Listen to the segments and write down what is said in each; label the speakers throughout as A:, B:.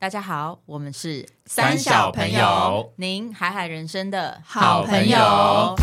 A: 大家好，我们是
B: 三小朋友
A: 您海海人生的
B: 好朋友。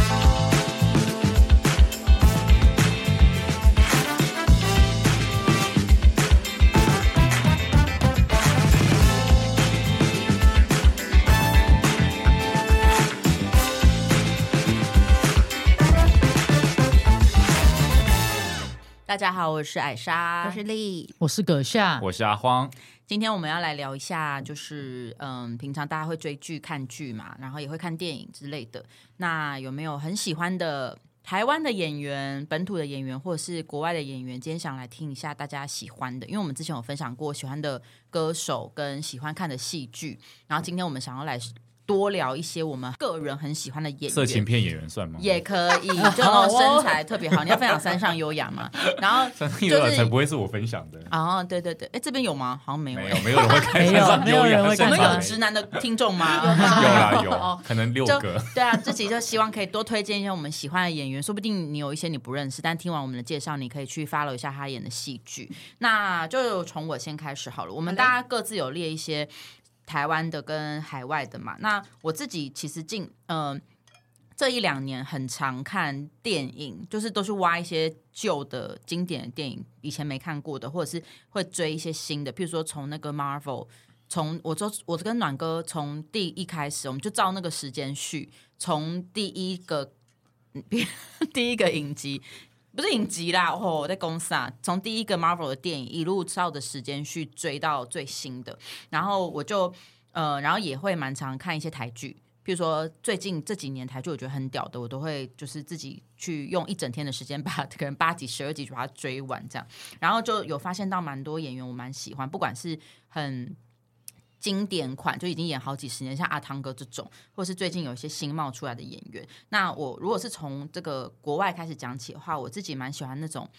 A: 大家好，我是艾莎，
C: 我是丽，
D: 我是葛夏，
B: 我是阿荒，
A: 今天我们要来聊一下，就是嗯，平常大家会追剧、看剧嘛，然后也会看电影之类的。那有没有很喜欢的台湾的演员、本土的演员，或者是国外的演员？今天想来听一下大家喜欢的，因为我们之前有分享过喜欢的歌手跟喜欢看的戏剧，然后今天我们想要来多聊一些我们个人很喜欢的演
B: 色情
A: 员。
B: 片演员算吗？
A: 也可 以，就那种身材特别好。你哦要分享山上优雅嘛？然后
B: 三上
A: 是
B: 悠亚啊才不会是我分享的，
A: 哦，对对对，哎，这边有吗？好像没有。
B: 没有没有人会看
D: 没有
B: 三上
D: 没有
B: 悠亚
D: 人
B: 的
D: 会
A: 我
B: 现
D: 看
A: 们
B: 场
A: 有
B: 欸，
A: 直男的听众吗？
B: 有啦有，可能六
A: 就
B: 个。
A: 对啊，这集就希望可以多推荐一些我们喜欢的演员， 说不定你有一些你不认识，但听完我们的介绍，你可以去 follow 一下他演的戏剧。那就从我先开始好了，我们大家各自有列一些台湾的跟海外的嘛。那我自己其实近嗯、呃这一两年很常看电影，就是都是挖一些旧的经典的电影，以前没看过的，或者是会追一些新的，譬如说从那个 Marvel。从我就我跟暖哥从第一开始，我们就照那个时间序，从第一个 嗯别第一个影集，不是影集啦，哦，我在公司啊，从第一个 Marvel 的电影一路照着时间去追到最新的，然后我就呃，然后也会蛮常看一些台剧。比如说，最近这几年台剧我觉得很屌的，我都会就是自己去用一整天的时间把 可能八集、十二集把它追完这样，然后就有发现到蛮多演员我蛮喜欢，不管是很经典款，就已经演好几十年，像阿汤哥这种，或是最近有一些新冒出来的演员。那我如果是从这个国外开始讲起的话，我自己蛮喜欢那种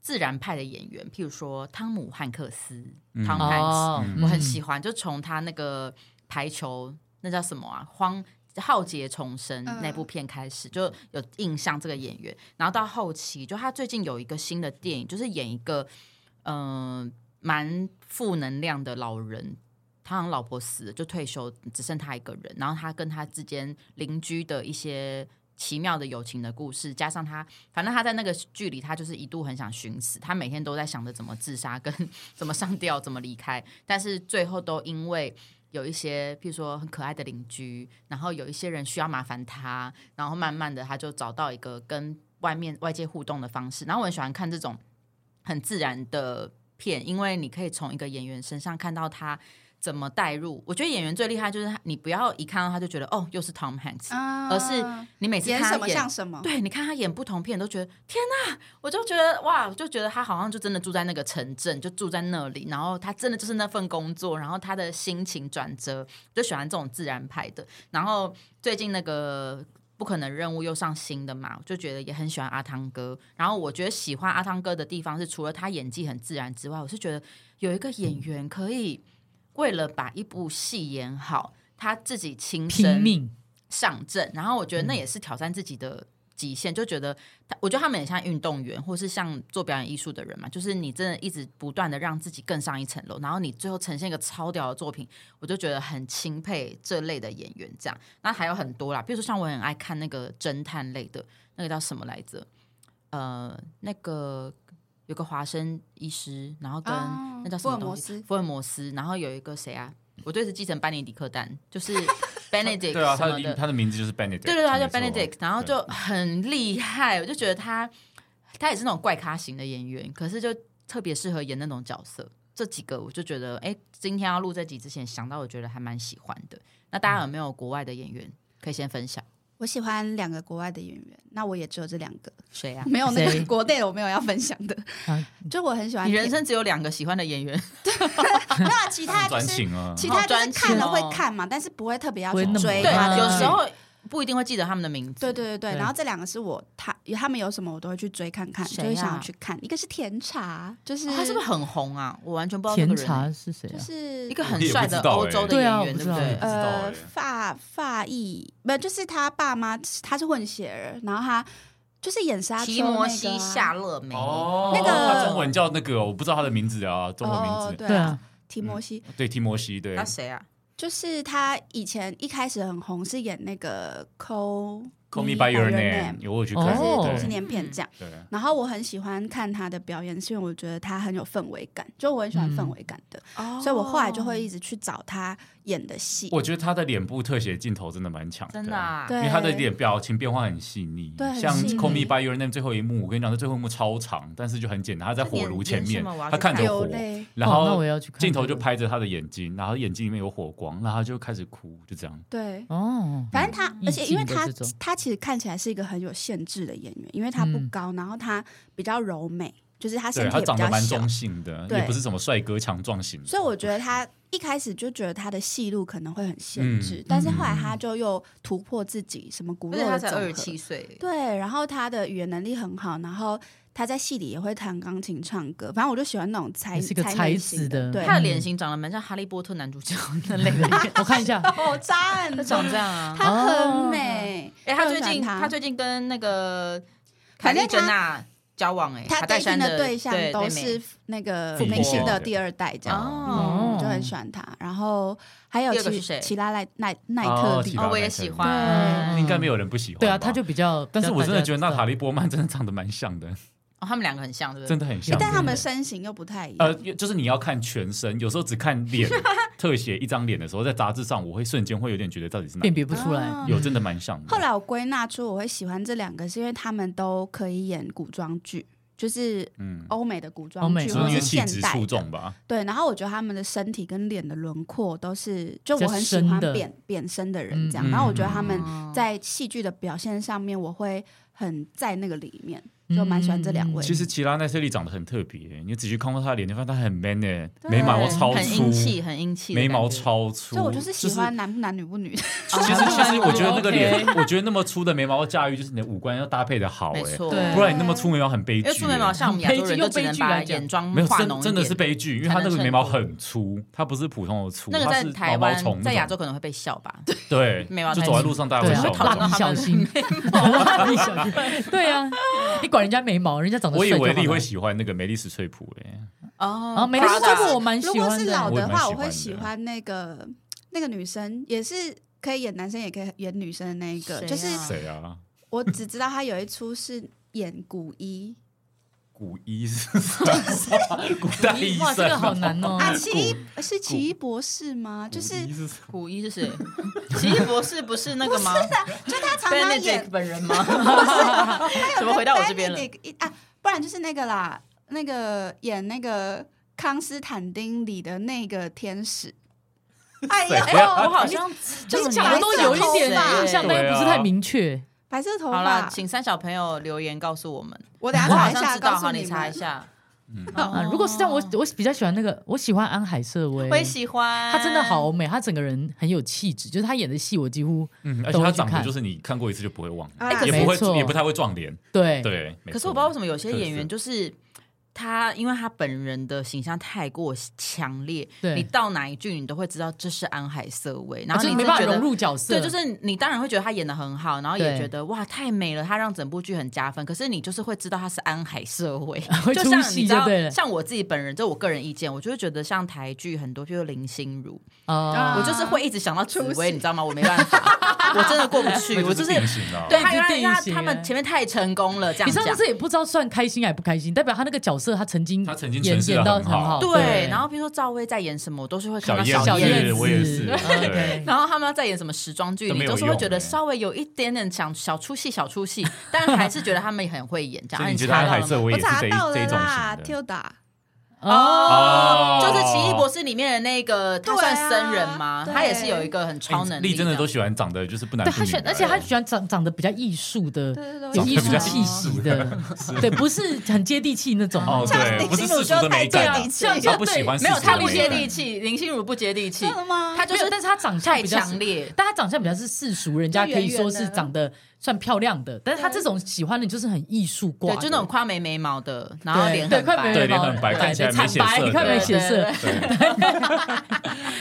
A: 自然派的演员，譬如说汤姆汉克斯、
B: 嗯
A: 汤姆汉斯，
D: 哦
B: 嗯
A: 我很喜欢，就从他那个排球那叫什么啊，荒。浩劫重生
C: 嗯
A: 那部片开始就有印象这个演员，然后到后期就他最近有一个新的电影，就是演一个嗯蛮负能量的老人，他好像老婆死了，就退休，只剩他一个人。然后他跟他之间邻居的一些奇妙的友情的故事，加上他，反正他在那个剧里，他就是一度很想寻死，他每天都在想着怎么自杀，跟 怎么上吊，怎么离开，但是最后都因为。有一些，譬如说很可爱的邻居，然后有一些人需要麻烦他，然后慢慢的他就找到一个跟外面外界互动的方式。然后我很喜欢看这种很自然的片，因为你可以从一个演员身上看到他怎么带入。我觉得演员最厉害就是他，你不要一看到他就觉得哦，又是 Tom Hanks，、而是你每次
C: 演
A: 看他
C: 什么像什么，
A: 对，你看他演不同片，你都觉得天哪！我就觉得哇，我就觉得他好像就真的住在那个城镇，就住在那里，然后他真的就是那份工作，然后他的心情转折，就喜欢这种自然派的。然后最近那个不可能任务又上新的嘛，我就觉得也很喜欢阿汤哥。然后我觉得喜欢阿汤哥的地方是，除了他演技很自然之外，我是觉得有一个演员可以为了把一部戏演好，他自己亲身
D: 拼命，
A: 上阵，然后我觉
C: 嗯
A: 得那也是挑战自己的极限，就觉得他，我觉得他们很像运动员，或是像做表演艺术的人嘛，就是你真的一直不断的让自己更上一层楼，然后你最后呈现一个超屌的作品，我就觉得很钦佩这类的演员这样。那还有很多啦，比如说像我很爱看那个侦探类的，那个叫什么来着？呃，那个有个华生医师，然后跟、
C: 哦
A: 那叫什么
C: 福尔摩
A: 东西
C: 斯
A: 福尔摩斯，然后有一个谁啊？我就是继承班尼迪克蛋，就是 Benedict
B: 对啊，
A: 什
B: 他
A: 么
B: 的
A: 的，
B: 他的名字就是 Benedict，
A: 对对对，他叫
B: 没错
A: Benedict，然后就很厉害，我就觉得他他也是那种怪咖型的演员，可是就特别适合演那种角色。这几个我就觉得，哎，今天要录这集之前想到，我觉得还蛮喜欢的。那大家有没有国外的演员可以先分享？
C: 我喜欢两个国外的演员，那我也只有这两个，
A: 谁 啊？
C: 没有那
D: 谁
C: 个国内的我没有要分享 的
D: 啊。
C: 就我很喜欢
A: 你人生只有两个喜欢的演 员，
C: 没有啊其
B: 很
C: 他就
B: 专
C: 是
B: 情啊，
C: 其他就是看了
A: 好专情哦
C: 会看嘛，但是不会特别要去
D: 不会那么
C: 追
A: 对
D: 嗯
C: 他的
D: 嗯
A: 啊 有
C: 剧
A: 时候不一定会记得他们的名字。
C: 啊对对对对，
D: 对
C: 然后这两个是我他他们有什么我都会去追看看，
A: 谁
C: 就
A: 啊
C: 会想要去看。一个是甜茶，就是
A: 哦，他是不是很红啊？我完全不知道这
D: 甜
A: 个人欸。
D: 茶是谁
C: 就
D: 啊？
C: 是
A: 一个很帅的
B: 我也不知道
A: 欧洲
B: 欸
A: 的
D: 对啊
A: 演员，
D: 我不
A: 对
D: 知
A: 不
D: 道
A: 对
B: 不？知道
C: 呃
B: 欸
C: 法法裔，不就是他爸妈他是混血儿，然后他就是演沙丘
A: 提
C: 那个啊
A: 摩西夏勒梅，
B: 哦，
C: 那个
B: 他中文叫那个，我不知道他的名字啊，中文名
C: 哦
B: 字。嗯
C: 对啊，
D: 啊，
C: 提摩西，
B: 对提摩西，对
A: 那谁啊？
C: 就是他以前一开始很红，是演那个《Call
B: ，Call me by your name，有我有去看，
D: 哦
C: 就是
B: 对
C: 年片这样。
B: 对，
C: 然后我很喜欢看他的表演，是因为我觉得他很有氛围感，就我很喜欢氛围感的，
D: 嗯
A: 哦
C: 所以我后来就会一直去找他演的戏。
B: 我觉得他的脸部特写镜头真的蛮强的，
A: 真的啊，
C: 对
B: 因为他的脸表情变化很细腻，
C: 对很
B: 像
C: 细
B: 《
C: 腻
B: Call Me by Your Name》最后一幕，我跟你讲，这最后一幕超长，但是就很简单，他在火炉前
A: 这演
B: 面
A: 什么我要，去
B: 他看着
C: 流
B: 火，
C: 泪，
B: 然
D: 哦那我
B: 后
D: 也要去看
B: 镜头
D: 这
B: 就
D: 个
B: 拍着他的眼睛，然后眼睛里面有火光，然后他就开始哭，就这样。
C: 对。
D: 哦，
C: 反正他，
D: 嗯
C: 而且
D: 意
C: 因
D: 境
C: 为
D: 的
C: 他
D: 这种
C: 他其实看起来是一个很有限制的演员，因为他不
D: 嗯
C: 高，然后他比较柔美，就是他身
B: 对
C: 体
B: 他
C: 也比
B: 长得
C: 较
B: 蛮
C: 小，
B: 中性的，
C: 对
B: 也不是什么帅哥强壮型的，
C: 所以我觉得他一开始就觉得他的戏路可能会很限制，
B: 嗯
C: 但是后来他就又突破自己，什么骨
A: 而
C: 肉
A: 且他
C: 的
A: 才
C: 总
A: 二十
C: 和
A: 七，岁，
C: 对，然后他的语言能力很好，然后他在戏里也会弹钢琴、唱歌，反正我就喜欢那种才
D: 也是个
C: 才
D: 才
C: 女
D: 子
C: 型
D: 的
C: 对，
A: 他的脸型长得蛮像哈利波特男主角那 类的，
D: 我看一下，
C: 好赞
A: 他长这样啊。
C: 她
B: 哦
C: 很美，
A: 哎，他
C: 我
A: 最
C: 喜欢
A: 近
C: 她
A: 他最近跟那个凯
C: 反
A: 莉
C: 正
A: 珍
C: 她
A: 娜交往哎，
C: 她
A: 戴
C: 对
A: 珊
C: 应的对象
A: 对
C: 都
A: 妹妹
C: 是那个
B: 富
C: 明星
B: 婆
C: 的第二代这样。
A: 哦
C: 嗯，就很喜欢她。然后还有
A: 第二个
C: 齐
A: 是谁
C: 齐拉奈奈奈特
B: 哦
C: 利
B: 齐，拉
A: 哦，我
B: 对
A: 也
B: 对
A: 喜
B: 对
A: 欢，
D: 嗯
B: 应该没有人不喜欢。
D: 对啊，他就。比较，
B: 但是我真的觉得娜塔
D: 里
B: 莉波曼真的长得蛮像的，
A: 哦，他们两个很像，对不对
B: 真？的很像。
C: 但他们身形又不太一
B: 呃
C: 样。，
B: 就是你要看全身，有时候只看脸特写一张脸的时候，在杂志上我会瞬间会有点觉得到底是哪
D: 辨别不出来
C: 啊，
B: 有真的蛮像的。
C: 后来我归纳出我会喜欢这两个，是因为他们都可以演古装剧，就是
B: 嗯，
C: 欧美的古
D: 欧
C: 装
D: 美
C: 剧
B: 所
C: 或
B: 以因
C: 是
B: 为气
C: 现
B: 质
C: 代
B: 出
C: 的。
B: 众吧，
C: 对，然后我觉得他们的身体跟脸的轮廓都是，就
D: 比
C: 我
D: 较
C: 很喜
D: 深
C: 欢
D: 的
C: 扁扁身的人这样。
D: 嗯
C: 然后我觉得他们
A: 哦
C: 在戏剧的表现上面，我会很在那个里面，
D: 嗯
C: 就蛮喜欢这两位。
B: 其实齐拉奈特利长得很特别，你仔细看过她的脸，你发现她很 man 诶、
C: 对
B: 眉毛
A: 对
B: 超
A: 很
B: 粗
A: 英，气，很英气的
B: 眉
A: 感觉，
B: 毛超粗。
C: 所以我就是喜欢哦男不男女不 女，
B: 就是。其实其实我觉得那个脸
D: OK，
B: 我觉得那么粗的眉毛要驾驭，就是你的五官要搭配的好
A: 没
B: 诶、
A: 错，
D: 对
B: 哎不然你哎那么粗眉毛很悲
A: 因
B: 剧、
A: 为粗眉毛像我们亚洲人就只能把眼妆
B: 没有
A: 化
B: 真
A: 浓一点，
B: 真的是悲剧，因为他那个眉毛很粗，它不是普通的粗，
A: 那个
B: 它
A: 在
B: 是
A: 台
B: 毛毛虫
A: 湾，
B: 那
A: 在亚
B: 种
A: 洲可能会被笑吧，
B: 对
A: 眉毛
B: 就
A: 太
B: 走在
A: 粗
B: 路上大家
D: 对
B: 会
D: 啊，
B: 笑
A: 会讨
B: 那
A: 论到。
B: 种
D: 你
A: 他
D: 小
A: 们
D: 心，你小心， 对啊，你管人家眉毛，人家长得
B: 我以
D: 帅就
B: 为
D: 好
B: 你会
D: 了
B: 喜欢那个梅丽史翠普哎诶、
A: 哦
D: 啊，没事，这个我蛮
C: 如
D: 喜
C: 果
D: 欢
C: 是 老
D: 的。
C: 的话，
B: 我
C: 我
B: 也
C: 会
B: 蛮喜
C: 喜
B: 欢的
C: 欢那个那个女生，也是可以演男生，也可以演女生的那一个。
A: 谁啊
C: 就是
B: 谁啊？
C: 我只知道她有一出是演古一
B: 古一是啥？ 古代医生、
D: 哇，这个好难 哦。
C: 啊，奇异是奇异博士吗？
B: 古
C: 就是
B: 一是
A: 古一是谁？奇异博士不是那个吗？
C: 就她常常演
A: Benedict 本人吗？怎么回到我这边了？
C: Benedict 一啊，不然就是那个啦，那个演那个康斯坦丁里的那个天使。哎呀，
B: 谁啊
A: 我好像
D: 这
C: 你
D: 个
C: 讲
D: 讲
C: 的
D: 的
C: 都
D: 都
C: 有
D: 有
C: 一
D: 一
C: 点印
D: 点印
C: 象
D: 象，
B: 但
D: 但
B: 又不
D: 又不
B: 是
D: 是
B: 太
D: 太
B: 明
D: 明确。
C: 白色头
A: 好了，
C: 发，
A: 请三小朋友留言告诉我们。
C: 我等下
A: 我
C: 查
A: 好
C: 一
A: 像
C: 下，
A: 知
C: 告
A: 道，
C: 诉
A: 好，
C: 你
A: 你查一
C: 们。
A: 下。哦
D: 啊，如果是这样，我我比较喜欢那个，我喜欢安海瑟薇，
A: 我也喜欢，
D: 她真的好美，她整个人很有气质，就是她演的戏我几乎
B: 嗯，而且
D: 都会
B: 他
D: 去
B: 长得
D: 看
B: 就是你看过一次就不会忘，
C: 哎可
B: 也
D: 是
B: 不
D: 没错
B: 会也不太会撞脸。
D: 对
B: 对，没
A: 可是
B: 错
A: 我不知道为什么有些
B: 特
A: 演员
B: 色
A: 就是他，因为他本人的形象太过强烈，
D: 对
A: 你到哪一句你都会知道这是安海瑟薇，然
D: 啊
A: 后
D: 就
A: 你
D: 是
A: 就
D: 没办
A: 觉
D: 法融
A: 得。
D: 入角色，
A: 对，就是你当然会觉得他演的很好，然后也
D: 对，
A: 觉得哇太美了，他让整部剧很加分。可是你就是会知道他是安海社会
D: 会
A: 就
D: 出
A: 像
D: 戏
A: 你知道
D: 就对了，
A: 像我自己本人，这我个人意见，我就会觉得像台剧很多，就是林心如，
D: 啊，
A: 我就是会一直想到紫
C: 出戏
A: 薇，你知道吗？我没办法，我真的过不 去，我
B: 那就
A: 就是是
B: 定型了。
A: 对，
D: 一直
A: 他原来
D: 定
A: 因为他
D: 型
A: 他
D: 哎
A: 们前面太成功了，这样
D: 你上
A: 讲。
D: 次也不知道算开心还不开心，代表他那个角色他曾经
B: 他曾经
D: 演
B: 诠释得
D: 演到
B: 很好
D: 好，
A: 对，然后比如说赵薇在演什么，我都是会看到
B: 小燕
A: 小
B: 子
A: 燕
D: 燕
A: 子
D: 子，
B: 我也是对
D: OK
A: 然后他们在演什么时装剧，
B: 都没
A: 你
B: 有
A: 就是会
B: 用
A: 觉得
B: 欸
A: 稍微有一点点想小出戏、小出戏，但还是觉得他们也很会演。这样，
B: 所
A: 啊你
B: 以你觉得
A: 查
B: 安
A: 到
B: 海
A: 了吗
B: 瑟薇
C: 我
B: 也是
C: 查
B: 这一
C: 到
B: 这
C: 了
B: 一种
C: 啦
B: 型的？哎
C: ，Tilda，
A: 哦
B: 哦，
A: 就是《奇异博士》里面的那个，他
C: 对啊
A: 算僧人吗？
C: 对
A: 他也是有一个很超能
B: 哎力
A: 力，
B: 真的都喜欢长得就是不男
D: 对
B: 不
D: 他
B: 女
D: 喜
B: 的
D: 欢，，而且他喜欢长长得比较艺术的，
C: 对对对，
D: 有
C: 我
D: 艺
C: 喜
D: 术
C: 欢
D: 气息的，对，不是很接地气那种。
B: 哦，对，不是世俗的美
C: 对啊
B: 感，
C: 像
B: 他不喜欢世
A: 没有
B: 俗
A: 他
B: 的
A: 不
B: 美
A: 接
B: 感
A: 地气，林心如不接地气
C: 真，的吗？
A: 他就
D: 没有
A: 是
D: 但是他长相
A: 太
D: 比较是
A: 强烈。
D: 但她长相比较是世俗，人家
C: 就
D: 可
C: 圆
D: 以
C: 圆
D: 说是
C: 的
D: 长得算漂亮的，但是她
C: 对
D: 这种喜欢的就是很艺术挂
A: 对，
D: 的，
A: 就那种夸眉眉毛的，然后
D: 对
A: 脸
D: 对
A: 很
D: 快
A: 白
D: 眉
B: 对
D: 眉毛
B: 脸很白
D: 对
B: 看起来没
D: 惨
B: 血
D: 白，
B: 色
D: 你看
B: 的
D: 没血色，
B: 对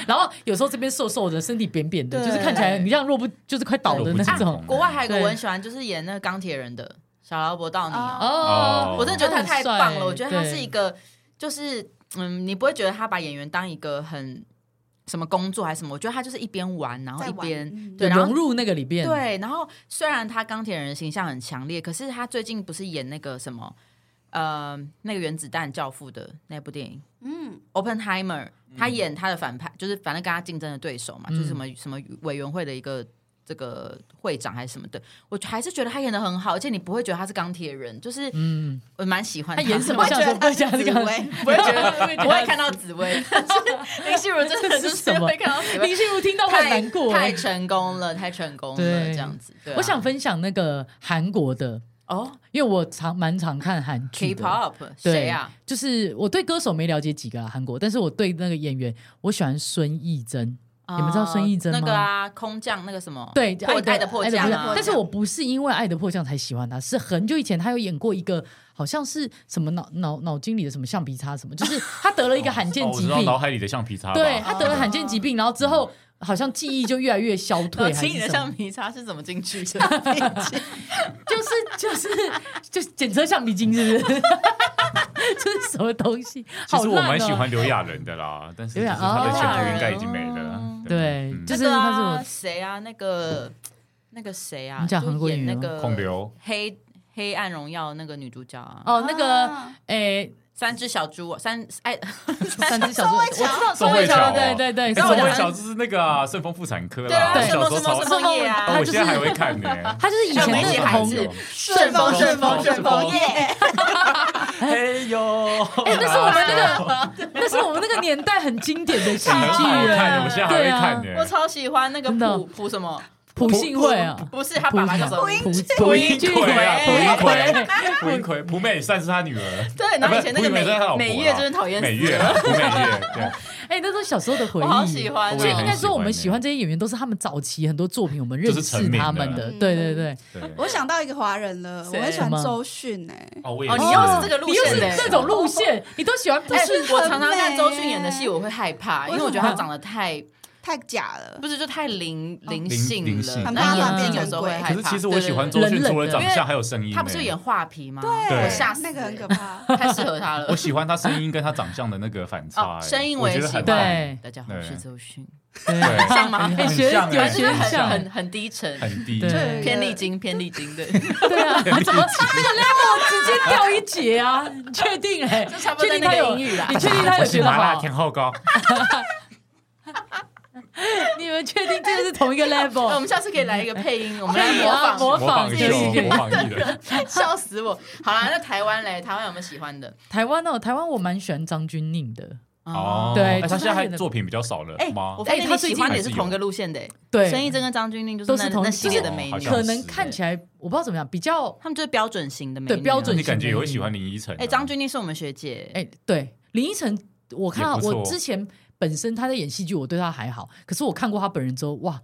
D: 然后有时候这边瘦瘦的，身体扁扁的，
C: 对
D: 就是看起来你像若不就是快倒的那
B: 弱不
D: 种
B: 禁。
A: 国外还有一个
D: 对
A: 我很喜欢，就是演那个钢铁人的小劳勃道尼、
C: 哦
A: 哦，
D: 哦
B: 哦
A: 我真的觉得他太棒
D: 他很
A: 了。
D: 帅
A: 我觉得他
D: 对
A: 是一个，就是嗯，你不会觉得他把演员当一个很什么工作还是什么？我觉得他就是一边玩，然后
C: 在
A: 一
C: 玩
A: 边
C: 嗯
A: 对，然后
D: 融入那个里边，，
A: 对，然后虽然他钢铁人的形象很强烈，可是他最近不是演那个什么，呃，那个原子弹教父的那部电影
C: 嗯，
A: 《Oppenheimer》，他演他的反派，就是反正跟他竞争的对手嘛，就是
D: 嗯
A: 什么什么委员会的一个。这个会长还是什么的，我还是觉得他演的很好，而且你不会觉得他是钢铁人，就是
D: 嗯，
A: 我蛮喜欢
D: 他演什
C: 我
D: 么
C: 会
D: 像
C: 觉得
D: 什
C: 他
D: 么
C: 是
D: 像这
C: 紫
D: 个
C: 薇，
A: 不会觉得， 不会看
D: 到
A: 到紫薇。林心如真的就
D: 这
A: 是
D: 是什么
A: 会看到紫薇，
D: 林心如听到会很
A: 太
D: 难过。
A: 太成功了，太成功了，
D: 对
A: 这样子。对啊
D: 我想分享那个韩国的，
A: 哦
D: 因为我常蛮常看韩剧的。
A: ，K-pop
D: 对
A: 谁啊呀？
D: 就是我对歌手没了解几个啊，韩国，但是我对那个演员，我喜欢孙艺珍。你们知道孙艺珍吗
A: 啊那个啊，空降那个什么，
D: 对，
A: 破哦爱的迫降
C: 爱的
A: 啊
C: 迫降。
D: 但是我不是因为《爱的迫降》才喜欢他，是很久以前他有演过一个，好像是什么脑脑脑筋里的什么橡皮擦什么，就是他得了一个罕见
B: 哦我
D: 疾
B: 知道
D: 病，
B: 脑海里的橡皮擦吧，
D: 对他得了罕见疾病，然后之后好像记忆就越来越消
A: 然后
D: 退，还
A: 啊亲你
D: 是
A: 的
D: 什
A: 橡
D: 么？
A: 皮擦是怎么进去的？
D: 就是 就是就是检测橡皮筋，是不是？ 这是什么东西？
B: 其
D: 好
B: 实
D: 烂
B: 我
D: 哦
B: 蛮喜欢刘亚仁的啦，但是
D: 刘
B: 就是
D: 亚
B: 他的前
A: 哦
B: 途应该已经没了
A: 哦。
D: 对
B: 嗯
D: 就
A: 那
D: 是
A: 个
D: 他是
A: 啊，
D: 我
A: 谁啊？那个那个谁啊？
D: 你讲韩国
A: 就演
D: 演员
A: 那
D: 吗
A: 个
B: 孔刘
A: 黑黑暗荣耀那个女主角啊，
D: 哦，那个
C: 啊
D: 诶，
A: 三只小猪啊，三哎，
D: 三只 小猪，我知道
B: 宋
D: 宋
B: 慧
D: 慧
B: 乔
D: 乔，对对对，
B: 哎
D: 宋
B: 宋
D: 慧
B: 慧
D: 乔
B: 乔就是那个啊顺丰妇产科
A: 对啊
B: 啦，我
D: 对
A: 什
B: 小
A: 么什么
B: 时候超
A: 什么夜
B: 哦
A: 啊
B: 我，现在还会看呢。
D: 他就是以前
A: 像
D: 那
A: 我
D: 个
A: 们
D: 红
A: 小时候
C: 顺风顺风顺风
B: 耶！
C: 耶，
B: 哎呦，
D: 哎、那是我们那个，那是我们那个年代很经典的 喜
B: 很好
D: 剧
B: 看，
D: 哎，
B: 我现在还会看
A: 啊我
B: 呢。
A: 超喜欢那个
D: 真的
A: 普普什么？
D: 朴信惠啊，
A: 不是他爸爸叫什么？
D: 朴
A: 朴
D: 朴
A: 英
D: 英
A: 俊
D: 俊
B: 奎啊，
A: 哎
B: 蒲英
D: 哎
B: 奎，蒲英奎，蒲美善是他女儿，
A: 对，然后以前那个
B: 不是
A: 美
B: 不是他老婆啊
A: 美月真的讨厌死
B: 美月，蒲美月，对，
D: 哎、那都是小时候的回忆，
A: 我好喜欢
B: 我
A: 哦。
B: 也
D: 应
B: 很
D: 该说，我们
B: 喜
D: 喜
B: 欢欸
D: 欢这些演员，都是他们早期很多作品，我们认
B: 就是
D: 识
B: 成名的
D: 他们的。
C: 嗯
D: 对对对，
B: 对。
C: 我想到一个华人了，我
A: 谁
C: 很喜欢
D: 什么
C: 周迅哎，
B: 哦，我也
A: 哦，你
D: 是
A: 又是这个路
D: 你又
A: 线
D: 是
A: 的、
D: 这种 路线，你都喜欢不
A: 哎
D: 是？
A: 我常常看周迅演的戏，我会害怕，因为我觉得她
D: 为什么
A: 长得太
C: 太假了
A: 不，是就太灵灵
B: 灵
A: 性
B: 灵性
A: 了，
B: 很
A: 然后
D: 怕她
A: 眼睛
D: 变
A: 有时候
C: 成
A: 会
C: 鬼
A: 害
B: 可
A: 怕。
B: 是其实我
A: 对对
B: 喜欢
A: 对
B: 周迅，除了长
A: 冷冷的
B: 相还有声音呢。
A: 她不是有演画皮吗？
B: 对
A: 我吓死、
C: 那个很 可，怕。
A: 太适合她了
B: 我。喜欢他声音跟他长相的那个反差，
A: 哦
B: 哎
A: 声音我
B: 我
A: 也
B: 觉得
A: 喜
B: 很
A: 欢
B: 棒，
D: 对
A: 大家好，我是周迅，
D: 对，
A: 像吗？
D: 哎学
B: 像
D: 有
B: 哎
A: 就是
D: 学
B: 很
A: 很
B: 像
A: 很很低沉，
B: 很低，
D: 对
C: 对
A: 偏丽晶，偏丽 晶，对，
D: 对啊，他怎么那个 level 直接掉一截 啊？你确定哎、
A: 就差不多在
D: 确定
A: 那
D: 他
A: 个
D: 有
A: 英语啦
D: 你。确 定他
B: 我
D: 有
B: 是
D: 学得
B: 麻辣
D: 好？
B: 天后高，
D: 你们确定这个是 同一个
A: 哎
D: level？
A: 我们下次可以来一个配音，我们来
D: 可以
A: 模
D: 啊
A: 仿
D: 模
B: 模仿
D: 仿
B: 秀
D: 这个，
B: 模仿艺 人，
A: 笑死我！好啦，那台湾嘞，台湾有没有喜欢的？
D: 台湾哦，台湾我蛮喜欢张钧甯的，
B: 哦，
D: 对
B: 哎
D: 就
B: 他
D: 是
B: 现在
D: 他
B: 还
D: 演的
B: 作品比较少了
A: 哎，嗯
B: 吗
A: 我？发现
D: 哎
A: 你
D: 他最
A: 喜
D: 近
A: 欢的也
B: 还
A: 是
B: 是有
A: 同一个路线的，哎
D: 对，
A: 孙艺珍跟张钧甯就是
D: 都是
A: 那
D: 同
A: 那系列的美
B: 就
A: 女
B: 是，
D: 可能看起来我不知道怎么样，比较
A: 他们就是标准型的美女啊，
D: 对标准
B: 你感觉也会喜欢林依晨啊？
A: 哎，张钧甯是我们学姐，
D: 哎、对林依晨，我看到
B: 也不错
D: 我之前本身她在演戏剧，我对她还好，可是我看过她本人之后，哇，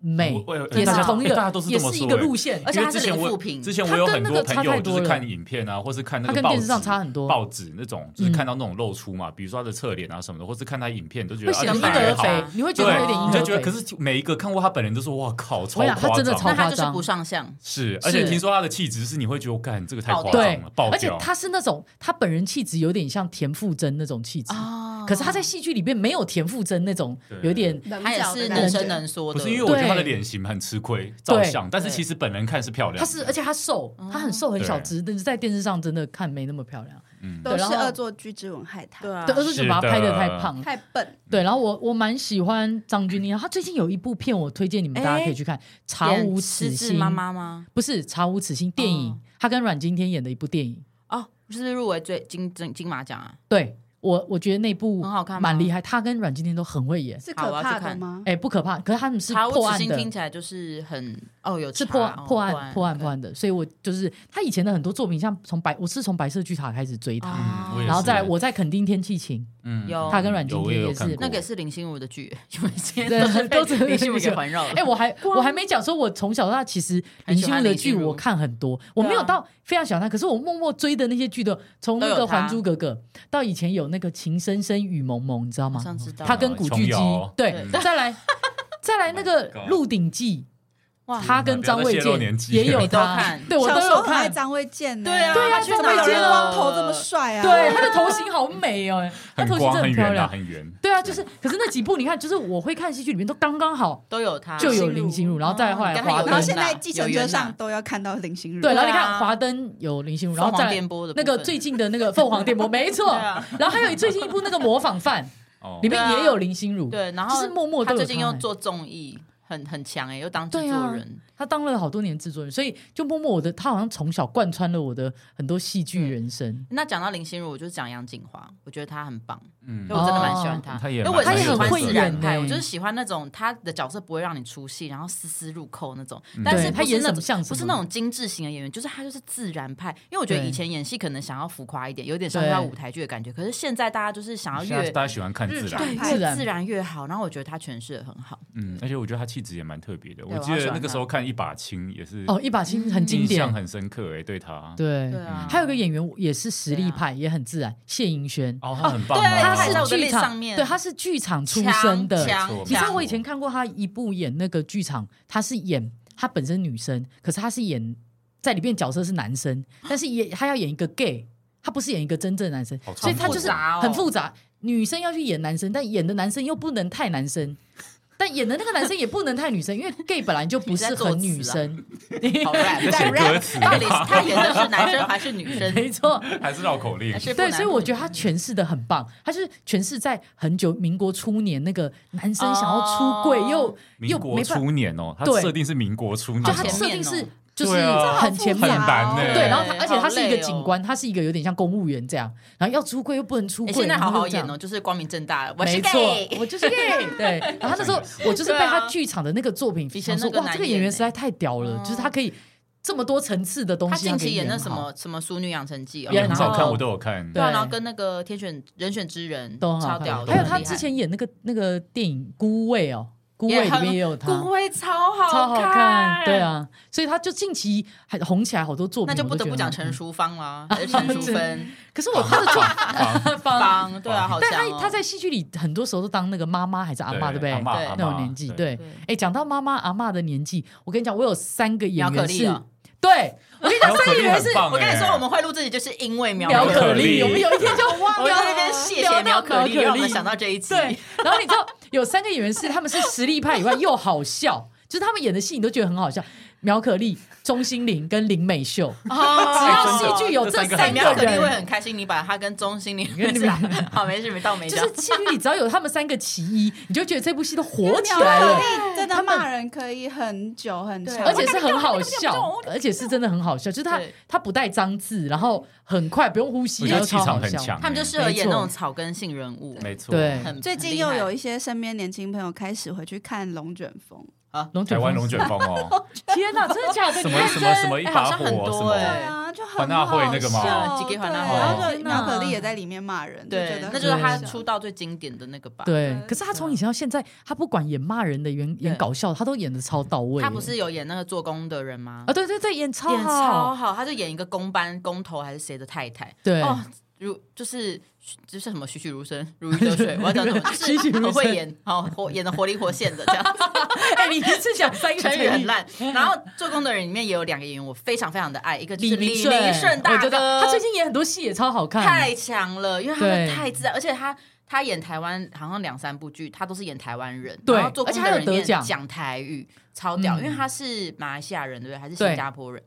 D: 美
B: 我我
D: 也是
B: 大家
D: 同一个，
B: 哎大家都是
D: 也
B: 这么
D: 是一
B: 说
D: 个
B: 哎
D: 路线，
A: 而且
B: 因为
A: 他是
B: 之前
A: 零
B: 我
A: 负评
B: 之前我有很多朋友就是
D: 他跟那个差太多了
B: 看影片啊，或是看那
D: 她
B: 个
D: 跟
B: 报
D: 电
B: 纸
D: 视上差很多，
B: 报纸那种，就是
D: 嗯
B: 看到那种露出嘛，比如说他的侧脸啊什么的，或是看他影片，都觉
D: 会
B: 得啊这
D: 显得因
B: 本来
D: 而
B: 好，哎
D: 肥，你会觉得她有点因
B: 你就
D: 而
B: 觉得，可
D: 肥。
B: 是每一个看过他本人都说哇靠，超
D: 我跟你
B: 夸
D: 讲
B: 张，
D: 他真的超
A: 那她就
D: 夸
A: 是
D: 张
A: 不上相，
B: 是，而且
D: 是
B: 听说他的气质是你会觉得，我干这个太
A: 爆
B: 夸
A: 掉
B: 张
D: 对
B: 了，爆
D: 而且
B: 掉。
D: 她是那种，她本人气质有点像田馥甄那种气质，
A: 哦
D: 可是她在戏剧里面没有田馥甄那种
B: 对
D: 有点
A: 她也是能
C: 人
A: 伸能缩
B: 不
A: 的，
B: 是因为我觉得
D: 对
B: 他的脸型很吃亏照相，但是其实本人看是漂亮的。
D: 她是，而且她瘦，
A: 哦
D: 她很瘦很小
B: 对
D: 只，但是在电视上真的看没那么漂亮。
A: 啊
B: 嗯，
C: 都
D: 对然
C: 是
D: 后
C: 恶作剧之吻害他，
A: 对啊
D: 对，，恶作剧把她拍的太胖了。
C: 太笨，
D: 对，然后我我蛮喜欢张钧甯，她最近有一部片我推荐你们大家可以去看，查
A: 哎演
D: 无
A: 失
D: 此
A: 智
D: 心》
A: 妈妈吗？
D: 不是《查无此心》电
A: 哦
D: 影，她跟阮经天演的一部电影。
A: 哦，是不是入围最金金金马奖啊？
D: 对我我觉得那部
A: 很好看吗
D: 蛮厉害，她跟阮经天都很会演。
C: 是
A: 好
C: 可
A: 我要去
C: 怕的
A: 看
C: 吗？
D: 哎，不可怕，可是他们是
A: 查无
D: 破
A: 此
D: 案
A: 心听
D: 的，
A: 起来就是很哦，有
D: 是
A: 查
D: 破
A: 哦
D: 破案破案破
A: 案
D: 案的，所以我就是她以前的很多作品，像从白我是从白色巨塔开始追她，
A: 啊
B: 嗯我也是
D: 然后再来我在垦丁天气晴，
B: 嗯
A: 有
D: 她跟阮经
B: 有我也
D: 天
B: 有
D: 也
B: 看
D: 是
B: 过
A: 那个也是林心如的剧，因为现
D: 对
A: 在都
D: 都
A: 是
D: 是
A: 被林心如给环 绕了。
D: 哎、我还我还没讲说，我从小到大其实
A: 很
D: 林
A: 喜
D: 心
A: 欢
D: 如的
A: 林心
D: 剧
A: 如啊
D: 我看很多，我没有到非常喜欢她，可是我默默追的那些剧的，从那
A: 都
D: 个
A: 有
D: 《
A: 她
D: 还珠格格》到以前有那个《情深深雨蒙蒙》，你知道
A: 好
D: 吗？
A: 像知道
D: 她跟古巨基
B: 哦琼瑶，
D: 对
A: 对，
D: 再来再来那个
B: Oh my
D: 《
B: God
D: 鹿鼎记》。
A: 哇
D: 他跟张卫
B: 不要再泄露
D: 健
B: 年纪
D: 也有
A: 你都
D: 他
A: 看，
D: 对我
C: 小
D: 都
C: 时候
D: 有
C: 很爱
D: 看。
C: 张卫健呢、
A: 对啊
D: 对啊
C: 他去
D: 张
C: 哪
D: 卫
C: 有
D: 健
C: 人
D: 了
C: 光头这么帅啊？
D: 对 他的头型好 美哦，他
B: 很
D: 头型
B: 光
D: 真的
B: 很圆
D: 漂
B: 啊，
D: 亮。
B: 很圆。
D: 对啊，就是，可是那几部你看，就是我会看戏剧里面都刚刚好
A: 都有他，嗯
D: 就有
C: 林
D: 林心如，然后再后来
A: 跟他
D: 华
A: 有
C: 然后
D: 灯，
C: 现在
A: 有
C: 计程
A: 缘
C: 车
A: 呐
C: 上都要看到林心如。
D: 对，然后你
A: 对啊
D: 看华灯有林心如，然
A: 凤
D: 后再
A: 凰
D: 来
A: 电波的部
D: 那
A: 分
D: 个最近的那个凤凰电波，没错
A: 对。啊
D: 然后还有最近一部那个模 仿犯，
B: 哦
D: 里，面也有林心如，
A: 对，啊然
D: 就
A: 后
D: 是默默
A: 他
D: 都有
A: 最近又
D: 欸
A: 做综艺，很很强哎、又当制
D: 对啊
A: 作人，
D: 他当了好多年制作人，所以就默默我的他好像从小贯穿了我的很多戏剧人生。
A: 那讲到林心如，我就讲杨锦华，我觉得她很棒，
B: 嗯
A: 因为我真的蛮喜
D: 哦
A: 欢她。
B: 她也
A: 因为我
B: 蛮
A: 是喜
B: 她也很
A: 欢
B: 会
A: 自然
D: 演
A: 派，
D: 欸
A: 我就是喜欢那种她的角色不会让你出戏，然后丝丝入扣那种
B: 嗯。
A: 但
D: 对
A: 是
D: 她
A: 不是
D: 演什
A: 那
D: 么
A: 种
D: 像什
A: 不是
D: 么
A: 那种精致型的演员，就是她就是自然派。因为我觉得
D: 对
A: 以前演戏可能想要浮夸一点，有点像是
D: 对
A: 她舞台剧的感觉，可是现在大家就是想
D: 啊
A: 要
B: 现在
A: 越
B: 大家喜欢看自然，
A: 对
C: 派
D: 自
A: 越
D: 然
A: 自然越好。然后我觉得她诠释的很好，
B: 嗯，而且我觉得她气质也蛮特别的。
A: 对
B: 我记
A: 我好喜
B: 得
A: 欢
B: 那个
A: 她
B: 时候看一把青也是
D: 哦，一把青很
A: 嗯
D: 经
B: 印象
D: 典，
B: 很深刻哎，对她，
D: 对
A: 对。啊
B: 嗯。
D: 还有一个演员也是实力派，也很自然，谢盈萱，
B: 哦，她很棒
A: 对
B: 啊，
A: 她
D: 他
A: 还在我
D: 是
A: 的
D: 剧
A: 列上
D: 场，
A: 面
D: 对，他是剧场出
A: 强
D: 身的，
A: 强
B: 没错
D: 你知
A: 强
D: 道我以前看过他一部演那个剧场，他是演他本身女生，可是他是演在里面角色是男生，但是也他要演一个 gay，他不是演一个真正的男生
B: 好，
D: 所以他
B: 复
D: 就是
A: 杂哦
D: 很复杂。女生要去演男生，但演的男生又不能太男生。但演的那个男生也不能太女生，因为 gay 本来就不是很女
A: 啊
D: 生，
A: 好 rap，
B: 在写歌词
A: 到底他演的是男 生还是女生？哎
D: 没错。
B: 还是绕口令
A: 还，是不
D: 对，
A: 男
D: 所以我
A: 不
D: 觉得他诠释的很棒，他就是诠释在很久民国初年那个男生想要出柜、
A: 哦
D: 又
B: 民
D: 又
B: 国
D: 没办法，
B: 初年哦，她
D: 对
B: 设定是民国初年
D: 就
B: 哦，
D: 他
A: 前
D: 设
A: 面
D: 定
A: 哦
D: 是就是
B: 对啊
D: 很前面
B: 很。难欸
C: 哦
B: 呢。
D: 对，然后他，
A: 对
D: 而且他是一
A: 好
D: 个
A: 累哦
D: 警官，他是一个有点像公务员这样，然后要出柜又不能出
A: 哎
D: 柜，
A: 现在好
D: 然后
A: 好
D: 就这
A: 演
D: 样
A: 哦，就是光明正大，我是
D: 没错
A: gay，，啊
D: 我就是 gay。对， 然后他那时候我就是被他剧场的那个作品
A: 以前
D: 想说，
A: 那个
D: 哇，
A: 难
D: 这个
A: 演
D: 演员
A: 欸
D: 实在太屌了，
A: 嗯
D: 就是他可以这么多层次的东
A: 他
D: 西。
A: 近期演那
D: 的
A: 什么什么《淑女养成记》哦，
B: 也
D: 也
B: 很
D: 很
A: 然
B: 好
A: 后
B: 看，我都有看。
A: 对啊，
D: 对
A: 然后跟那个天选人选之人
D: 都很好
A: 超
D: 看
A: 屌的，
D: 还有
A: 很
D: 他
A: 厉害
D: 之前演那个那个电影《孤味》哦，《孤味
A: 也》
D: 里面
A: 很
D: 也有他，
A: 骨灰超好
D: 超好看，
A: 看，
D: 对。啊，所以他就近期还红起来好多作品，
A: 那就不得嗯不讲
D: 成
A: 陈
D: 熟。
A: 淑芳啦，还是陈 淑芬
D: 可是我他 的作 方，
A: 芳，对啊，好
D: 但
A: 像
D: 他
A: 哦
D: 他在戏剧里很多时候都当那个妈妈还是啊阿妈，对不对
B: 阿？嬷
A: 对
B: 阿嬷
D: 那种年纪，对
A: 对。
D: 哎，讲到妈妈阿妈的年纪，我跟你讲，我有三个
A: 苗
D: 演
A: 可
D: 员
A: 丽啊
D: 是
A: 了，，
D: 对我 跟你讲，
B: 苗可
D: 三个
B: 丽
D: 演员是
B: 很棒
A: 我跟
D: 欸
A: 你
B: 哎
A: 说，我们会录这集就是因为苗
D: 啊苗可
B: 丽
D: 丽，哦我们有一天就 忘
A: 我
D: 了
A: 要那边谢谢苗可丽，让我们想到这一集。
D: 对，然后你知道有三个演员是他们是实力派以外又好笑， 就是他们演的戏你都觉得很好笑。苗可丽、钟欣凌跟林美秀，只要
A: 哦
D: 戏剧有这
B: 这
D: 三
B: 三个
A: 苗
D: 个
A: 可丽会
D: 人，
A: 很开心，你把他跟钟欣凌
D: 跟你们
A: 好，没事，没到没
D: 就
A: 到。
D: 是戏剧里只要有他们三个其一，你就觉得这部戏都火起
C: 苗
D: 来
C: 可
D: 了。
C: 丽真的
D: 他们
C: 骂人可以很久很
A: 对啊
C: 长，
D: 而且是很好笑，而且是真的很好笑，就是他
A: 对
D: 他不带脏字，然后很快不用呼吸，
B: 我觉
D: 然
B: 得
D: 后
B: 气
D: 超
B: 场
D: 好
B: 很
D: 笑。
B: 强，欸
A: 他们就适合演那种草根性人物，
B: 没错，
D: 对
A: 很
C: 最近又有
A: 一
C: 一些身边年轻朋友开始回去看《龙卷风》，
D: 龙卷
B: 台湾
D: 风
B: 龙卷风 哦，
D: 天哪，真的假的？
B: 什
D: 你
B: 么
D: 认
B: 什么
D: 真
B: 什么一
A: 哎
B: 把
A: 好像
B: 火
A: 很多
B: 什么，
A: 哎
D: 欸
C: 对啊，就很
B: 环大会那个吗
C: 好笑
A: 吉吉环
C: 对
A: 大会
C: 然后就
D: 天
C: 苗
D: 哪
C: 可丽也在里面骂人，就觉
A: 对
C: 得，
A: 那就是他
C: 很好笑
A: 出道最经典的那个吧。，
D: 对，
C: 对
D: 可是他从以前到现在，他不管演骂人的、演演
A: 对
D: 搞笑，他都演的超到位耶。
A: 他不是有演那个做工的人吗
D: 啊，？对对对，演超
A: 演超
D: 好，
A: 好，他就演一个工班工头还是谁的太太
D: 对，
A: 哦，如就是就是什么栩栩如生、如鱼得水，我要讲什么？就
D: 栩栩
A: 是
D: 如
A: 很会
D: 生
A: 演，好活演的活灵活现的这 样。
D: 哎，你一次讲三个
A: 成语很
D: 语，
A: 烂。然后《做工的人》里面也有两个演员，我非常非常的爱，一个就是
D: 李
A: 李
D: 顺，
A: 明顺
D: 我
A: 大
D: 觉得
A: 哥，
D: 他最近演很多戏也超好看，
A: 太强了，因为他
D: 对
A: 们太自然，而且他。他演台湾好像两三部剧，他都是演台湾人，
D: 对
A: 然后做工的人里
D: 而且他有
A: 面
D: 得奖
A: 讲台语，超屌，
D: 嗯
A: 因为他是马来西亚人，对不对？还是新加坡人？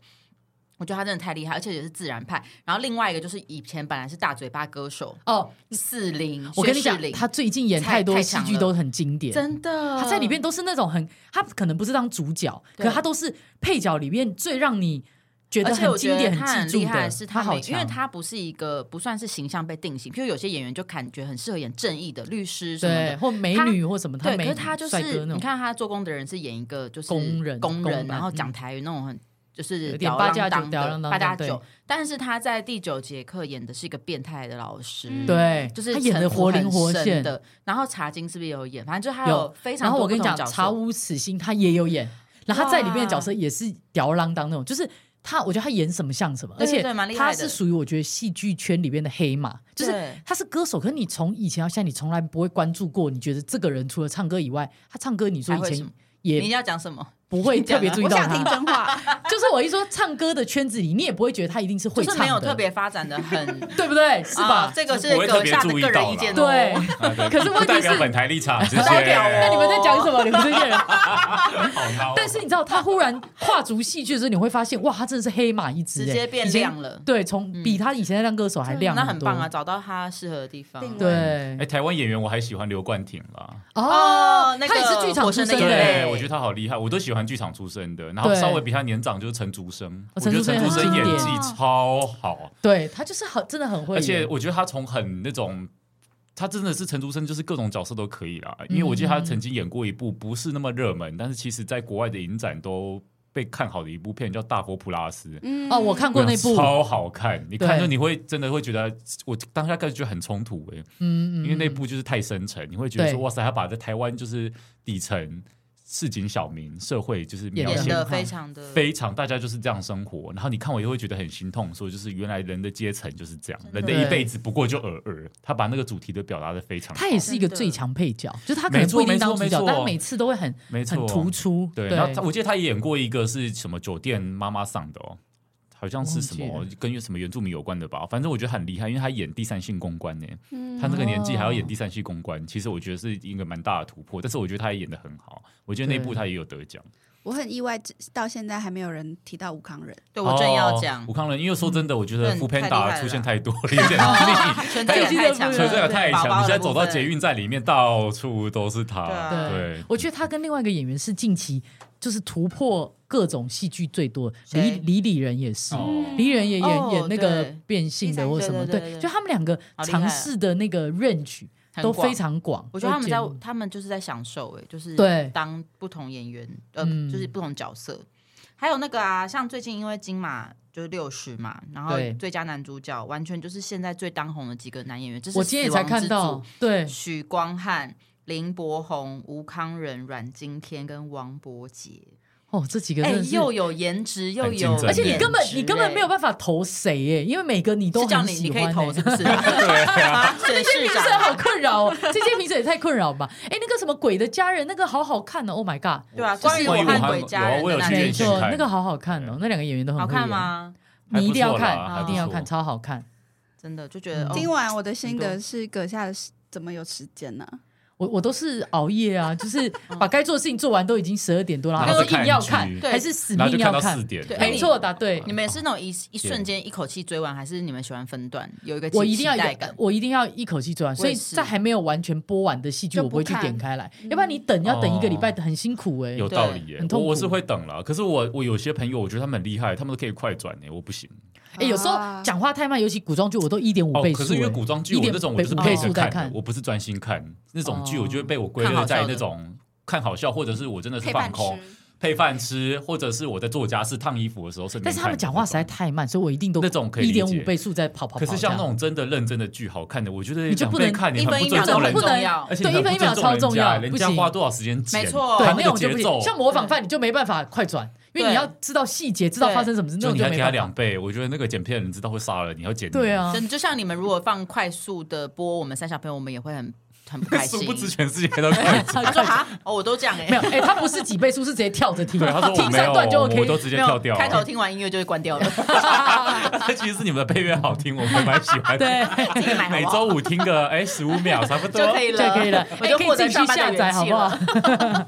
A: 我觉得他真的太厉害，而且也是自然派。然后另外一个就是以前本来是大嘴巴歌手
D: 哦。
A: 四零，
D: 我跟你
A: 薛
D: 讲
A: 士，林
D: 他最近演
A: 太
D: 太多
A: 太
D: 戏
A: 强
D: 剧
A: 了
D: 都很经典，
A: 真的
D: 他在里面都是那种很，他可能不是当主角，
A: 嗯对
D: 可他都是配角里面最让你觉
A: 而
D: 得
A: 且我
D: 很
A: 觉
D: 经
A: 得
D: 典、
A: 他很
D: 记
A: 厉
D: 住
A: 害
D: 的。
A: 是他
D: 他
A: 每
D: 好，
A: 因为
D: 强，
A: 他不是一个不算是形象被定型，譬如有些演员就感觉很适合演正义的律师什么
D: 对
A: 的。
D: 或美
A: 他
D: 女或什么，
A: 对，可
D: 美
A: 是
D: 女
A: 他就
D: 帅哥
A: 是
D: 那
A: 你
D: 种，
A: 看他做工的人是演一个就是
D: 工人
A: 工
D: 工
A: 人，
D: 人
A: 然后讲
D: 嗯
A: 台语那种很就是
D: 有点
A: 吊
D: 八
A: 儿
D: 加
A: 郎
D: 九
A: 当
D: 吊儿郎
A: 的
D: 当
A: 八加
D: 对
A: 九，但是他在第九节课演的是一个变态的老师，
C: 嗯
D: 对，
A: 就是
D: 他演的
A: 城府
D: 活灵
A: 很
D: 活
A: 深
D: 现。
A: 的。然后茶经是不是也有演？反正就他
D: 有
A: 非常
D: 然后
A: 多
D: 我
A: 不
D: 跟你
A: 同
D: 讲，
A: 角
D: 《
A: 色
D: 查无此心》他也有演，然后他在里面的角色也是吊儿郎当那种，就是他，我觉得他演什么像什么，
A: 对对
D: 而
A: 对蛮
D: 且
A: 厉
D: 他
A: 害的
D: 是属于我觉得戏剧圈里边的黑马，就是
A: 对
D: 他是歌手，可是你从以前到现在，你从来不会关注过，你觉得这个人除了唱歌以外，他唱歌你说
A: 还
D: 以
A: 会什
D: 前
A: 么你
D: 也
A: 要讲什么？啊
D: 不会特别注意
C: 我
D: 到
C: 想听
D: 他。
C: 真话，
D: 就是我一说唱歌的圈子里，你也不会觉得他一定是会
A: 就
D: 唱
A: 是
D: 的，
A: 没有特别发展的很，
D: 对不对？是吧？
A: 啊这个是
B: 不会特
A: 阁
B: 别
A: 下的
B: 注意
A: 个
B: 到
A: 人意
B: 啦
A: 见哦。
D: 对，
B: 啊对
D: 可是
B: 不
D: 问题
B: 代
D: 是
B: 表本台立场，谢谢。
A: 代表我
D: 那你们在讲什
A: 哦
D: 么？你们这些人。
B: 好孬哦
D: 但是你知道，他忽然跨足戏剧的时候，你会发现，哇，他真的是黑马一只、
A: 直
D: 欸，
A: 接变
D: 以前
A: 亮了
D: 对，从比他以前在当歌手还亮、
A: 那很棒啊，！找到他适合的地方。
C: 定位
D: 对哦
B: 哎，，台湾演员我还喜欢刘冠廷啦。
A: 哦那个
D: 他也是剧场
A: 火
D: 出
A: 神的
D: 身
A: 眼
D: 欸
A: 泪
B: 对，我觉得他好厉害，我都喜欢剧场出身的。然后
D: 对
B: 稍微比他年长就是陈竹生，
D: 哦
B: 我
D: 陈
B: 觉得
D: 竹生
B: 陈竹生
C: 很经
B: 演
C: 典
B: 技超好，
D: 对他就是很真的很会演，
B: 而且我觉得他从很那种。他真的是陈竹生，就是各种角色都可以
D: 嗯
B: 啦。因为我记得他曾经演过一部不是那么热门，但是其实在国外的影展都被看好的一部片，叫《大佛普拉斯》。
C: 嗯
D: 哦，我看过那部，
B: 超好看，你看
D: 对
B: 就你会真的会觉得，我当下感觉很冲突哎、
D: 嗯嗯，
B: 因为那部就是太深沉，你会觉得说
D: 对
B: 哇塞，他把在台湾就是底层市井小民社会就是描
A: 演
B: 写
A: 的
D: 得
A: 非常的
B: 非常，大家就是这样生活，然后你看我也会觉得很心痛，说就是原来人的阶层就是这样，
A: 真
B: 人
A: 的
B: 的一辈子不过就尔尔，他把那个主题都表达的非常好
D: 他，也是一个最强配角，就是他可能不一定当主
B: 没错
D: 角
B: 没，错
D: 但每次都会很
B: 没错
D: 很突出，
B: 对，
D: 对，
B: 然后他我记得他也演过一个是什么酒店妈妈桑的哦，好像是什
D: 忘
B: 么
D: 记
B: 跟什么原住民有关的吧，反正我觉得很厉害，因为他演第三性公关呢、
C: 嗯
B: 他那个年纪还要演
D: 哦
B: 第三性公关，其实我觉得是一个蛮大的突破，但是我觉得他也演的很好，我觉得那
D: 对
B: 部他也有得奖。
C: 我很意外，到现在还没有人提到吴康仁。
A: 对我正要讲
B: 哦吴，康仁，因为说真的，我觉得
A: 嗯
B: 福
A: 太
B: 片
A: 厉害
B: 打
A: 了
B: 出现 太多了，有点腻。
A: 存在感太强了，
B: 所以这个太强，
A: 宝宝
B: 你
A: 的
B: 现在走到
A: 部分
B: 捷运站里面，到处都
A: 对
B: 是他。
A: 啊
D: 对
B: 对，
D: 我觉得他跟另外一个演员是近期就是突破各种戏剧最多的，
A: 谁
D: 李李李仁也是。
B: 哦
D: 李仁也演、
A: 哦
D: 演那个
A: 对
D: 变性的或什么，
A: 第三对对对
D: 就他们两个
A: 好厉害啊
D: 尝试的那个 range
A: 很
D: 都
A: 广
D: 非。常广。
A: 我觉得他们在
D: 都兼
A: 他们就是在享受、欸，哎，就是
D: 对
A: 当不同演员，呃，
D: 嗯
A: 就是不同角色。还有那个啊，像最近因为金马就是六十嘛，然后
D: 对
A: 最佳男主角完全就是现在最当红的几个男演员，这是
D: 我今天也才看到， 对
A: 死亡之组许光汉、林柏宏、吴康仁、阮经天跟王柏杰，
D: 哦，这几个
A: 哎、
D: 真的是
A: 又有颜值又
B: 很
A: 有
B: 竞
A: 颜值、
B: 争
D: 而且你根本
A: 哎
D: 你根本没有办法投谁耶，因为每个你都
A: 是叫
D: 很
A: 你
D: 喜
A: 你
D: 欢欸
A: 可
D: 耶。
A: 以 投是
D: 这
A: 不是？对啊，选市
D: 评审
A: 长
D: 好困扰哦，
A: 啊
D: 这些评审也太困扰吧？哎，那个什么鬼的家人，那个好好看哦，Oh my god！
A: 对啊，
B: 就是
A: 关于
B: 关于
A: 我和
B: 我和
A: 鬼家人
B: 我
A: 的
B: 有
A: 男
B: 去
A: 演
D: 没
B: 院线
A: 员
D: 错，
B: 看嗯
D: 那个好好看哦，那两个演员都很
A: 好
D: 会
A: 看
D: 演？
A: 吗？
D: 你一定要看，
A: 还不错啦
D: 一定要看，超好看。
A: 真的就觉得、
D: 嗯
A: 哦、
C: 今晚我的心
A: 很
C: 得是，阁下的时怎么有时间呢、
D: 我我都是熬夜 啊，就是把该做的事情做完，都已经十二点多了，
B: 然
D: 还
B: 后
D: 是
B: 再看
D: 硬要
B: 一集
D: 看，
A: 对
D: 还是死
B: 然后
D: 命
B: 就看
D: 要
B: 到四
D: 看。
B: 点哎
A: 对，
D: 没错的，对。哎
A: 你们也是那种一一瞬间一口气追完，还是你们喜欢分段有一个
D: 我一定要
A: 期待
D: 有
A: 感，？
D: 我一定要一口气做完，
A: 我
D: 所
A: 也
D: 以
A: 是
D: 在还没有完全播完的戏剧，
A: 就
D: 我
A: 不
D: 不会去
A: 看嗯
D: 点开来，要不然你等要等一个礼拜，很辛苦哎。
B: 有道理耶
D: 很。
B: 我
D: 痛苦
B: 我是会等了，可是我我有些朋友，我觉得他们很厉害，他们都可以快转哎，我不行。
D: 哎，有时候
C: 啊
D: 讲话太慢，尤其古装剧，我都一点五
B: 哦
D: 倍，速
B: 可
D: 哎。
B: 是因为古装剧我
D: 1.5
B: 那种我就是
D: 倍
B: 配
D: 速
B: 着
D: 在
B: 看的
D: 看，
B: 我不是专心看那种剧，
D: 哦
B: 我就会被我归
A: 看好笑
B: 类在
A: 的
B: 那种看好笑，或者是我真的是
C: 配
B: 放
C: 饭
B: 空
C: 吃。
B: 配饭吃，或者是我在做家事烫衣服的时候顺便看
D: 但是他们讲话实在太慢，所以我一定都
B: 那种可以
D: 一
B: 理解
D: 点五倍速在跑跑跑
B: 可
D: 这样。
B: 是像那种真的认真的剧，好看的，我觉得
D: 你就
B: 两
D: 不
B: 倍
D: 能
B: 看你
A: 一
B: 很
A: 分
B: 不
A: 一
B: 尊
A: 秒
B: 重
A: 都
B: 人
A: 不
D: 不
B: 家，
A: 重
D: 能
A: 要
B: 而。且
D: 对
B: 你很
D: 一分一秒
B: 不尊重人
D: 超重要
B: 家人
D: 不
B: 家
D: 行
B: 花多少时间剪，
A: 没错
D: 对
B: 他
D: 那
B: 个
D: 种
B: 节
D: 就不
B: 奏
D: 行，，像模仿犯你就没办法快转，因为
A: 对
D: 你要知道细节，知道发生什么事，那
B: 就
D: 种
B: 你
D: 就
B: 还
D: 没
B: 给他
D: 办法
B: 两。倍，我觉得那个剪片的人知道会杀了，你要剪你
D: 对，啊
A: 真，的就像你们如果放快速的播，我们三小朋友，我们也会很很不开心
B: 殊。不知全世界都 快转。
A: 他说哈，哦，我都这样哎、
D: 没有，哎，他不是几倍速，是直接跳着听，
B: 对， 他说我
D: 听
B: 没
D: 三段就
B: 有，我
D: OK
B: 都。 直接
A: 没有
B: 跳掉啊
A: 开头
B: 了。
A: 听完音乐就会关掉 了，
B: 他其实是你们的配乐好听，我们蛮喜 欢的。
A: 自
D: 对，
A: 己买好
B: 每
A: 不好
B: 周五听个哎十五秒差不多
A: 就可以
D: 就
A: 了，
D: 可以了，
A: 我
D: 哎
A: 就
D: 可
A: 获
D: 以自
A: 得
D: 己
A: 上
D: 去
A: 班
D: 下
A: 的
D: 载，
A: 元
D: 好
A: 气
D: 不好
A: 了？。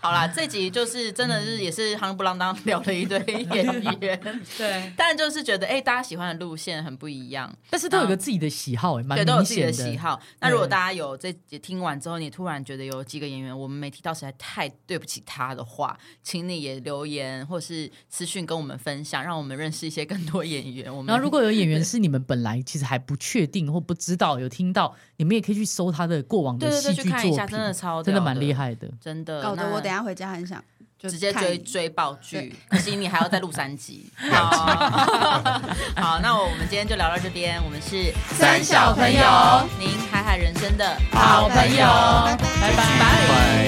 A: 好啦，这集就是真的是也是夯不啷当聊了一堆演员，
D: 对，
A: 但就是觉得哎、大家喜欢的路线很不一样。
D: 但是都有个自己的喜好，哎，蛮
A: 对，都有
D: 明
A: 自己
D: 显
A: 的喜。好。那如果
D: 对
A: 大家有这集听完之后，你突然觉得有几个演员我们没提到，实在太对不起他的话，请你也留言或是私讯跟我们分享，让我们认识一些更多演员。我们
D: 然后，如果有演员是你们本来其实还不确定或不知道，有听到，你们也可以去搜他的过往
A: 对
D: 的
A: 对
D: 戏
A: 对，去
D: 剧作
A: 看一
D: 品，
A: 下，真的超
D: 真的蛮厉
A: 害，
D: 害的。
A: 真的
C: 搞得我等一
A: 下。
C: 下回家很想就
A: 直接
C: 看
A: 追追爆剧，可惜你还要再录三 集。好，好，那我们今天就聊到这边。我们是
C: 三小朋友
A: 您海海人生的
C: 好朋友
A: 拜
C: 拜
A: 拜。